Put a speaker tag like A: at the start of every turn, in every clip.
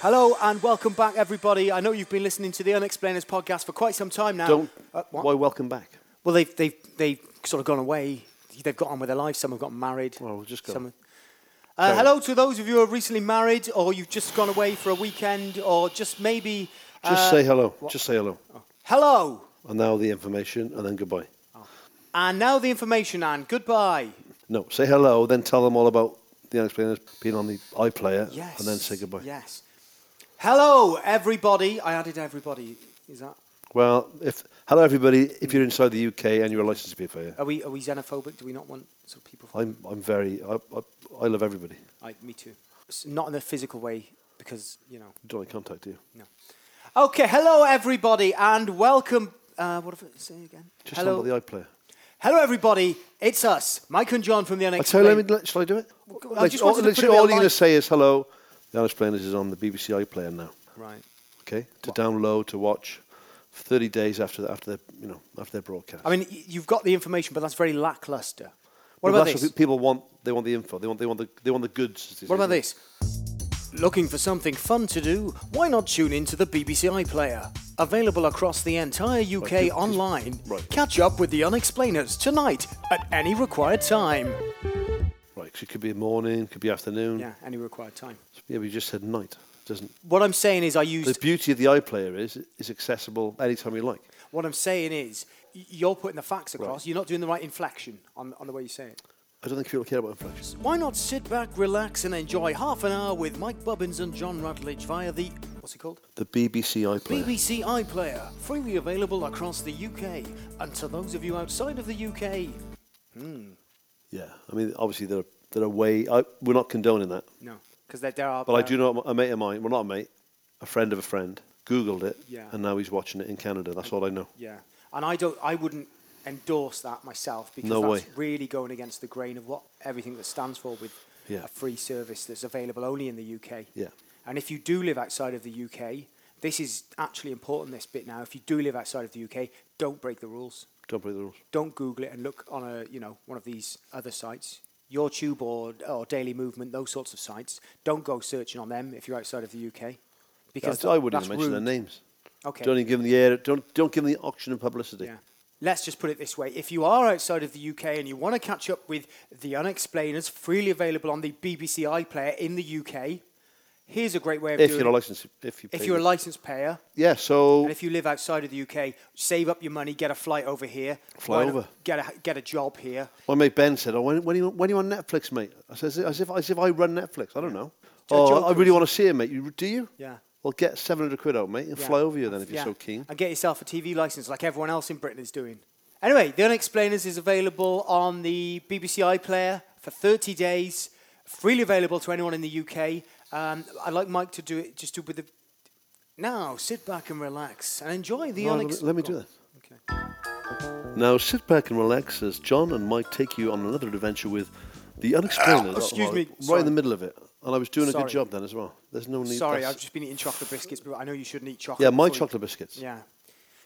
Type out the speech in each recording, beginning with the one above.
A: Hello and welcome back, everybody. I know you've been listening to the Unexplainers podcast for quite some time now.
B: Don't.
A: Uh, what?
B: why welcome back?
A: Well, they've, they've, they've sort of gone away. They've got on with their lives. Some have gotten married.
B: Well, we'll just go.
A: Some- Uh, hello to those of you who are recently married or you've just gone away for a weekend or just maybe. uh,
B: Just say hello. Just say hello.
A: hello.
B: Oh. And now the information, and then goodbye.
A: And now the information, and goodbye.
B: No, say hello, then tell them all about the unexplainers being on the iPlayer,
A: Yes.
B: and then say goodbye.
A: Yes. Hello, everybody. I added everybody. Is that.
B: Well, if hello everybody, if you're inside the UK and you're a licensed PFA,
A: Are we, are we xenophobic? Do we not want sort of people.
B: I'm I'm very I, I, I love everybody.
A: I, me too. S- Not in a physical way, because, you know.
B: Don't I contact you?
A: No. Okay, hello everybody, and welcome. Uh, what if it say again?
B: Just
A: hello,
B: on the iPlayer.
A: hello everybody. It's us, Mike and John from the
B: I tell you,
A: Unexplained.
B: let me, shall I do it?
A: I
B: Like,
A: just
B: all,
A: wanted to put
B: literally,
A: it
B: all
A: on
B: you're going
A: my-
B: to say is hello. The unexplainers is on the BBC iPlayer now.
A: right.
B: Okay, to download, to watch, for 30 days after the, after the you know after their broadcast.
A: I mean, y- you've got the information, but that's very lackluster. What
B: Well,
A: about
B: that's
A: this?
B: pe- people want they want the info. They want they want the they want the goods. as they
A: What
B: say.
A: about this? Looking for something fun to do? Why not tune in to the BBC iPlayer? Available across the entire UK
B: Right, 'cause- 'cause-
A: online.
B: right.
A: Catch up with the Unexplainers tonight at any required time.
B: Right, 'cause it could be morning, could be afternoon.
A: Yeah, any required time.
B: yeah but you just said night. Doesn't
A: What I'm saying is, I
B: the
A: used
B: beauty of the iPlayer is it's accessible anytime you like.
A: What I'm saying is, y- you're putting the facts across.
B: Right.
A: You're not doing the right inflection on, on the way you say it.
B: I don't think people care about inflections.
A: Why not sit back, relax, and enjoy half an hour with Mike Bubbins and John Rutledge via the what's it called?
B: The BBC iPlayer.
A: BBC iPlayer, freely available across the UK, and to those of you outside of the UK,
B: Yeah, I mean obviously there are, there are way I, we're not condoning that,
A: no, because there, there are.
B: but I do know a mate of mine. Well, not a mate, a friend of a friend. Googled it,
A: Yeah.
B: and now he's watching it in Canada. That's all I know.
A: Yeah, and I don't. I wouldn't endorse that myself because
B: No
A: that's
B: way.
A: really going against the grain of what everything that stands for with
B: Yeah.
A: a free service that's available only in the UK.
B: Yeah.
A: And if you do live outside of the UK, this is actually important. This bit now, if you do live outside of the UK, don't break the rules.
B: Don't break the rules.
A: Don't Google it and look on a you know one of these other sites. YouTube or, or Daily Movement, those sorts of sites. Don't go searching on them if you're outside of the UK, because
B: I wouldn't
A: that's
B: even mention
A: rude.
B: their names.
A: Okay.
B: Don't even give them the air. Don't don't give them the auction and publicity.
A: Yeah. Let's just put it this way. If you are outside of the UK and you want to catch up with The Unexplainers, freely available on the BBC iPlayer in the UK, here's a great way of
B: If
A: doing
B: you're a
A: it.
B: licensed, if you
A: if
B: pay
A: you're a
B: the-
A: licensed payer
B: yeah, so
A: and if you live outside of the UK, save up your money, get a flight over here.
B: Fly
A: why not
B: over.
A: Get a, get a job here.
B: my mate Ben said, "Oh, when when are you, when are you on Netflix, mate?" I said, "As if- "As if as if I run Netflix. I don't know."
A: Jo-
B: oh,
A: Joe
B: I really
A: Cruz.
B: want to see it, mate. You, do you?
A: Yeah.
B: Well, get seven hundred quid out, mate, and
A: Yeah.
B: fly over you then if you're
A: Yeah.
B: so keen.
A: And get yourself a TV license like everyone else in Britain is doing. Anyway, The Unexplainers is available on the BBC iPlayer for 30 days, freely available to anyone in the UK. Um, I'd like Mike to do it just do with the. Now, sit back and relax and enjoy The
B: No, let me-
A: Unex. Oh,
B: let me do that.
A: Okay.
B: Now sit back and relax as John and Mike take you on another adventure with the unexplained. Uh,
A: Excuse me,
B: Right
A: sorry.
B: in the middle of it, and I was doing a
A: Sorry.
B: good job then as well. There's no need.
A: Sorry,
B: that's-
A: I've just been eating chocolate biscuits, but I know you shouldn't eat chocolate.
B: yeah, my
A: before you-
B: chocolate biscuits.
A: Yeah.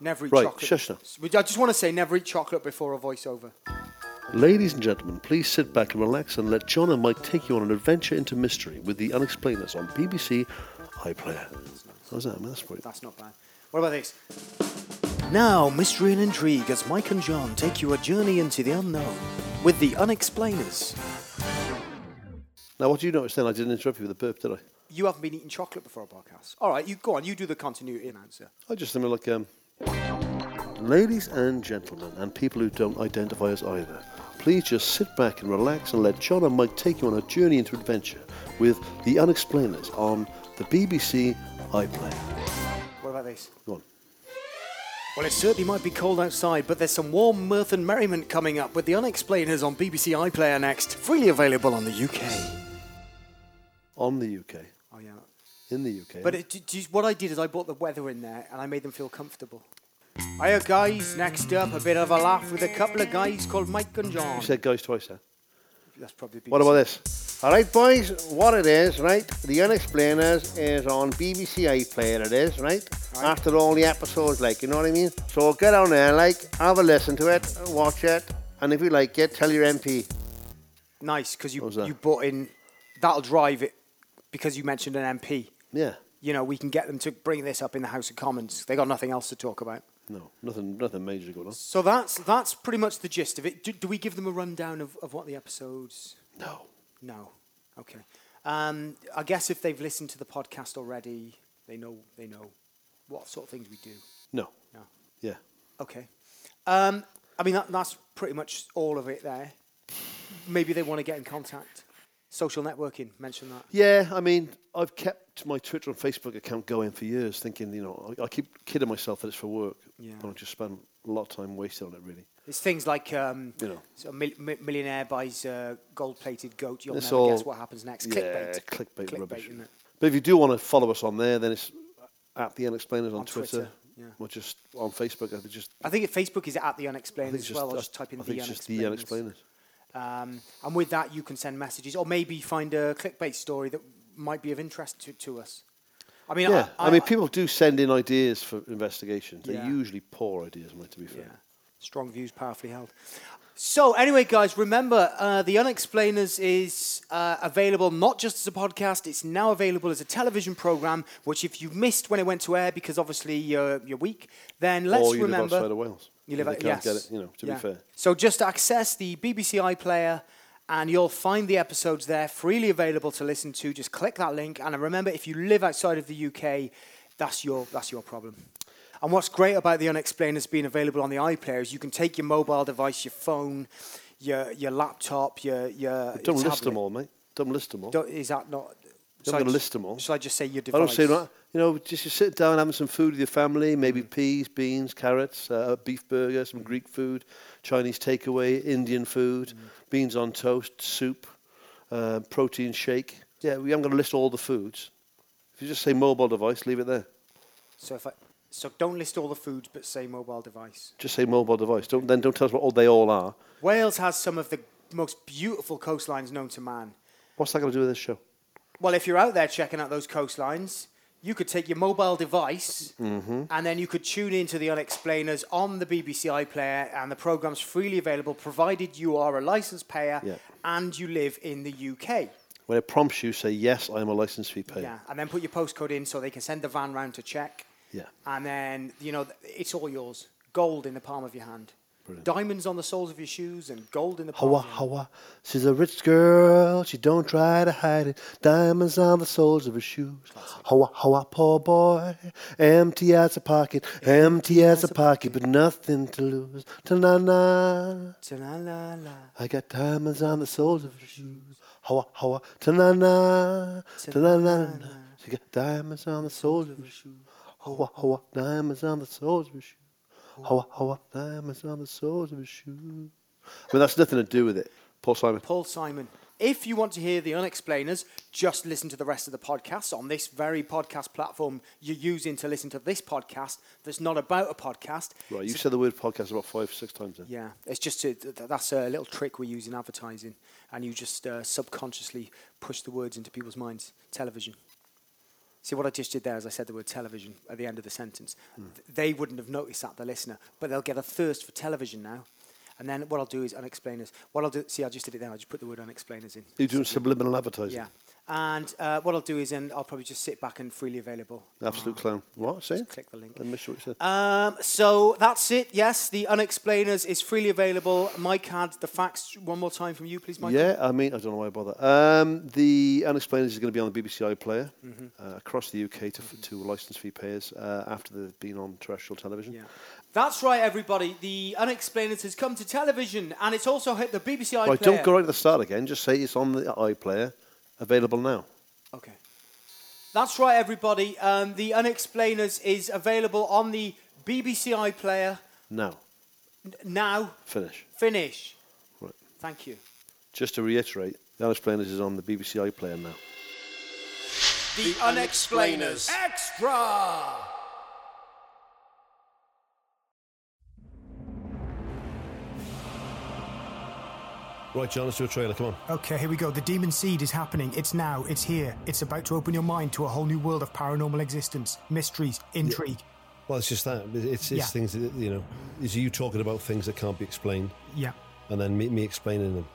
A: Never eat
B: Right,
A: chocolate.
B: shush now.
A: I just want to say never eat chocolate before a voiceover.
B: Ladies and gentlemen, please sit back and relax and let John and Mike take you on an adventure into mystery with the Unexplainers on BBC iPlayer. How's that? man? That's pretty.
A: That's not bad. What about this? Now, mystery and intrigue as Mike and John take you a journey into the unknown with the unexplainers.
B: Now, what do you notice then? I didn't interrupt you with a burp, did I?
A: You haven't been eating chocolate before a podcast. All right, you go on. You do the continuity announcer.
B: I just remember like, um, ladies and gentlemen, and people who don't identify as either, please just sit back and relax and let John and Mike take you on a journey into adventure with the Unexplainers on the BBC iPlayer.
A: What about this?
B: Go on.
A: Well, it certainly might be cold outside, but there's some warm mirth and merriment coming up with the unexplainers on BBC iPlayer next, freely available on the UK.
B: On the UK,
A: Oh yeah.
B: in the UK.
A: But it, do- do you- what I did is I brought the weather in there and I made them feel comfortable. Hiya guys, next up a bit of a laugh with a couple of guys called Mike and John.
B: you said guys twice there.
A: That's probably
B: What about this? All right, boys, what it is, right? The Unexplainers is on BBC iPlayer, it is, right?
A: Right.
B: After all the episodes, like, you know what I mean? So get on there, like, have a listen to it, watch it, and if you like it, tell your MP.
A: Nice, because you
B: was that?
A: you brought in that'll drive it because you mentioned an MP.
B: Yeah.
A: you know, we can get them to bring this up in the House of Commons. They got nothing else to talk about.
B: No, nothing, nothing major going on.
A: So that's that's pretty much the gist of it. Do, do we give them a rundown of, of what the episodes?
B: No.
A: No. Okay. Um, I guess if they've listened to the podcast already, they know they know what sort of things we do.
B: No.
A: No.
B: Yeah.
A: Okay. Um, I mean, that, that's pretty much all of it there. Maybe they want to get in contact. Social networking, mention that.
B: Yeah, I mean, I've kept my Twitter and Facebook account going for years, thinking, you know, I, I keep kidding myself that it's for work.
A: Yeah.
B: But I just spend a lot of time wasted on it, really.
A: It's things like um,
B: You know.
A: so a mil- mi- millionaire buys a gold-plated goat. You'll
B: It's
A: never guess
B: all-
A: what happens next.
B: yeah,
A: clickbait.
B: clickbait rubbish.
A: isn't it?
B: But if you do want to follow us on there, then it's at the Unexplainers on,
A: On Twitter, yeah.
B: or just on Facebook. I think just
A: I think if Facebook is at the
B: I
A: unexplained
B: think
A: as well. I'll just type in
B: I
A: the
B: think it's just the
A: unexplained.
B: Unexplainers.
A: Um, and with that, you can send messages, or maybe find a clickbait story that might be of interest to, to us. I mean,
B: Yeah,
A: I,
B: I, mean, people do send in ideas for investigations. They're
A: Yeah.
B: usually poor ideas, mate. To be fair,
A: Yeah. Strong views, powerfully held. So, anyway, guys, remember uh, The Unexplainers is uh, available not just as a podcast, it's now available as a television program, which if you missed when it went to air because obviously you're, you're weak, then let's
B: or you live
A: remember.
B: outside of Wales.
A: you
B: and
A: live out,
B: they can't
A: yes.
B: get it, you know. To
A: Yeah.
B: be fair,
A: So, just access the BBC iPlayer and you'll find the episodes there freely available to listen to. Just click that link. And remember, if you live outside of the UK, that's your, that's your problem. And what's great about the Unexplainers being available on the iPlayer is you can take your mobile device, your phone, your your laptop, your your.
B: don't list
A: tablet.
B: them all, mate. Don't list them all.
A: Don't- is that not?
B: You're
A: shall I
B: not gonna
A: ju-
B: list them all.
A: Shall I just say your
B: I
A: device?
B: don't say that. You know, just you sit down, having some food with your family, maybe peas, beans, carrots, uh, a beef burger, some Greek food, Chinese takeaway, Indian food, beans on toast, soup, uh, protein shake. Yeah, we haven't got to list all the foods. If you just say mobile device, leave it there.
A: So if I, so don't list all the foods, but say mobile device.
B: Just say mobile device. Don't then don't tell us what all they all are.
A: Wales has some of the most beautiful coastlines known to man.
B: What's that got to do with this show?
A: Well, if you're out there checking out those coastlines, you could take your mobile device
B: Mm-hmm.
A: and then you could tune into the Unexplainers on the BBC iPlayer, and the program's freely available provided you are a license payer
B: Yeah.
A: and you live in the UK.
B: When it prompts you, say yes, I am a license fee payer.
A: Yeah, and then put your postcode in so they can send the van round to check.
B: Yeah.
A: And then, you know, th- it's all yours. Gold in the palm of your hand. Diamonds on the soles of your shoes and gold in the palm
B: Hawa,
A: of your
B: Hawa, she's a rich girl, she don't try to hide it. Diamonds on the soles of her shoes. Hawa, Hawa, poor boy, empty as a pocket, empty as a pocket, but nothing to lose. Ta-na-na,
A: Ta-la-la-la.
B: I got diamonds on the soles of her shoes. Hawa, Hawa, ta-na-na, ta-na-na-na. She got diamonds on the soles of her shoes. Hawa, Hawa, diamonds on the soles of her shoes. Hawa, Hawa, diamonds on the soles of her shoes. Well, that's nothing to do with it. Paul Simon.
A: Paul Simon. If you want to hear the unexplainers, just listen to the rest of the podcast on this very podcast platform you're using to listen to this podcast that's not about a podcast.
B: Right, you said the word podcast about five, six times then.
A: Yeah, it's just a, th- th- that's a little trick we use in advertising, and you just uh, subconsciously push the words into people's minds. Television. See what I just did there is I said the word television at the end of the sentence.
B: Hmm.
A: Th- They wouldn't have noticed that, the listener, but they'll get a thirst for television now. And then what I'll do is unexplainers. What I'll do, see, I just did it there. I just put the word unexplainers in.
B: You're doing subliminal advertising.
A: Yeah. And uh, what I'll do is, and I'll probably just sit back and freely available.
B: Absolute clown. What? Say?
A: Just click the link.
B: I missed what you said.
A: Um, so that's it. Yes, the Unexplainers is freely available. Mike had the facts one more time from you, please, Mike.
B: yeah, I mean, I don't know why I bother. Um, the Unexplained is going to be on the BBC iPlayer uh, across the UK to, f to license fee payers uh, after they've been on terrestrial television.
A: Yeah. That's right, everybody. The Unexplainers has come to television, and it's also hit the BBC iPlayer.
B: Right, don't go right to the start again. Just say it's on the iPlayer, available now.
A: Okay. That's right, everybody. Um, the Unexplainers is available on the BBC iPlayer
B: Now.
A: n- now.
B: Finish.
A: Finish.
B: Right.
A: Thank you.
B: Just to reiterate, the Unexplained is on the BBC iPlayer now.
A: The, Unexplainers.
C: Extra!
B: Right, John, let's do a trailer. Come on.
D: Okay, here we go. The demon seed is happening. It's now. It's here. It's about to open your mind to a whole new world of paranormal existence, mysteries, intrigue.
E: Well, it's just that. It's, it's
D: Yeah.
E: things that, you know, it's you talking about things that can't be explained
D: Yeah.
E: and then me, me explaining them.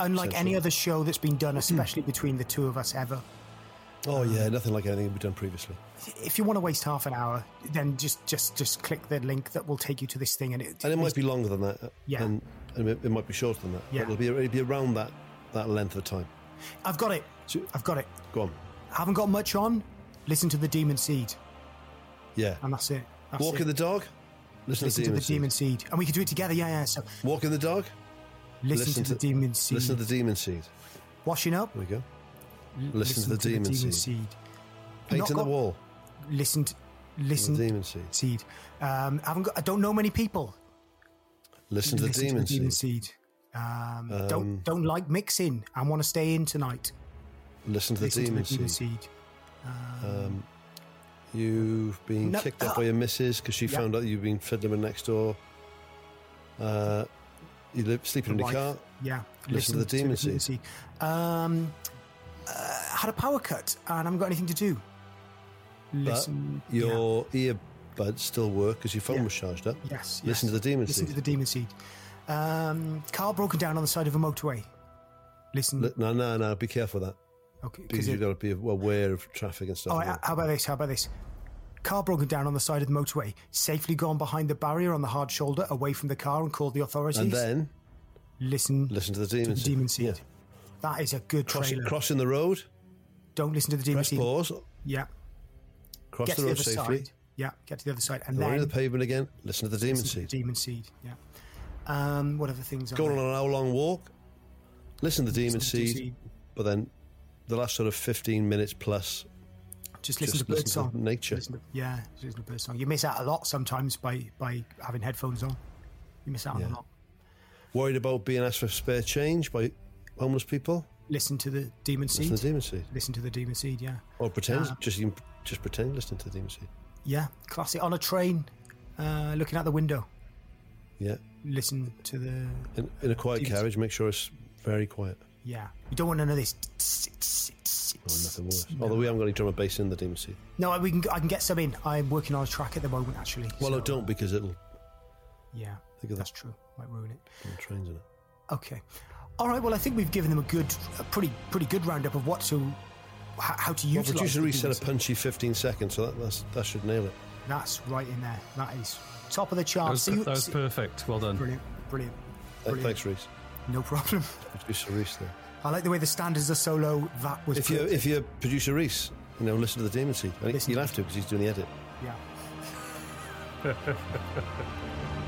D: Unlike any
E: Sensible.
D: other show that's been done, especially between the two of us ever.
B: Oh yeah, nothing like anything we've done previously.
D: If you want to waste half an hour, then just just just click the link that will take you to this thing, and it,
B: And it might be longer than that. uh,
D: Yeah.
B: And, and it, it might be shorter than that. but
D: Yeah.
B: It'll be it'll be around that that length of time.
D: I've got it.
B: So-
D: I've got it.
B: Go on.
D: haven't got much on. Listen to the Demon Seed,
B: Yeah.
D: and that's it. That's
B: Walk
D: it.
B: in the dog. Listen,
D: listen
B: to
D: to
B: the
D: the Demon Seed, and we can do it together. Yeah, yeah. So
B: Seed. Walk in the dog.
D: listen, to, the Demon Seed.
B: Listen to the demon seed.
D: Washing up.
B: There we go. Listen, to the demon seed.
D: Not
B: Painting the
D: got-
B: wall.
D: Listen, to, listen.
B: The demon seed.
D: Seed. Um, haven't got. I don't know many people.
B: Listen to the
D: listen
B: demon
D: to the Demon
B: seed.
D: Seed. Um, don't don't like mixing. I want to stay in tonight.
B: Listen to the
D: listen
B: demon
D: to the Demon
B: seed.
D: Seed.
B: You've been
D: No,
B: kicked off
D: uh,
B: by your missus because she
D: yeah.
B: found out you've been fiddling with next door. Uh, you live sleeping in your
D: Wife.
B: car.
D: Yeah.
B: Listen to the Demon Seed.
D: Um, uh, had a power cut and I haven't got anything to do. Listen.
B: but your earbuds still work because your phone
D: Yeah.
B: was charged up.
D: yeah. yes.
B: Listen
D: yes.
B: to the demon
D: Listen
B: seed.
D: to the demon seed. Um, car broken down on the side of a motorway. Listen.
B: Li- No, no, no. Be careful with that
D: okay.
B: because
D: 'cause
B: you've
D: it- Oh,
B: got to be aware of traffic and stuff.
D: all
B: like
D: right,
B: that.
D: how about this? How about this? Car broken down on the side of the motorway. Safely gone behind the barrier on the hard shoulder, away from the car, and called the authorities.
B: and then
D: listen,
B: listen to the demon
D: to the
B: seed.
D: demon seed.
B: Yeah.
D: That is a good
B: Cross,
D: trailer.
B: crossing the road.
D: Don't listen to the demon
B: Press
D: seed.
B: pause.
D: Yeah.
B: Cross the
D: get to the
B: road
D: other
B: safely.
D: side. Yeah, get to the other side, and
B: Go
D: then
B: onto the pavement again. Listen to the demon seed.
D: demon seed. Yeah. Um, what other things?
B: Go
D: are
B: on
D: there?
B: an hour-long walk. Listen to the demon
D: Listen to
B: seed.
D: seed.
B: But then the last sort of 15 minutes plus,
D: Just listen
B: just
D: to bird
B: listen
D: song.
B: to nature.
D: Listen to- yeah, just listen to bird song. You miss out a lot sometimes by by having headphones on. You miss out on a lot.
B: worried about being asked for spare change by homeless people.
D: Listen to the demon seed.
B: Listen to the demon seed.
D: Listen to the demon seed. Yeah.
B: Or pretend, just even, just pretend listening to the demon seed.
D: Yeah. Classic. On a train, uh, looking out the window.
B: Yeah.
D: Listen to the.
B: In, in a quiet
D: Demon Seed.
B: carriage, make sure it's very quiet.
D: Yeah. You don't want none of this.
B: Or nothing worse. Although we haven't got any drum and bass in the demon seed.
D: No, I- we can. I can get some in. I'm working on a track at the moment, actually.
B: Well, I
D: so-
B: don't because it'll
D: Yeah.
B: Think of
D: that's
B: that.
D: true. Might ruin it.
B: it'll trains in it.
D: Okay. All right. Well, I think we've given them a good, a pretty, pretty good roundup of what to, h- how to
B: Well,
D: use.
B: producer Reese said a punchy 15 seconds, so that, that's, that should nail it. Uh,
D: That's right in there. That is top of the
C: That
D: charts.
C: was,
D: See you-
C: that was
D: see-
C: perfect. Well done.
D: brilliant, brilliant,
B: Th-
D: brilliant.
B: Thanks, Reese.
D: No problem.
B: Producer Reese there.
D: I like the way the standards are so low. That was.
B: If you're,
D: perfect.
B: if you're producer Reese, you know, listen to the demon seed. And
D: Listen
B: You'll
D: to
B: have to because he's doing the edit.
D: yeah.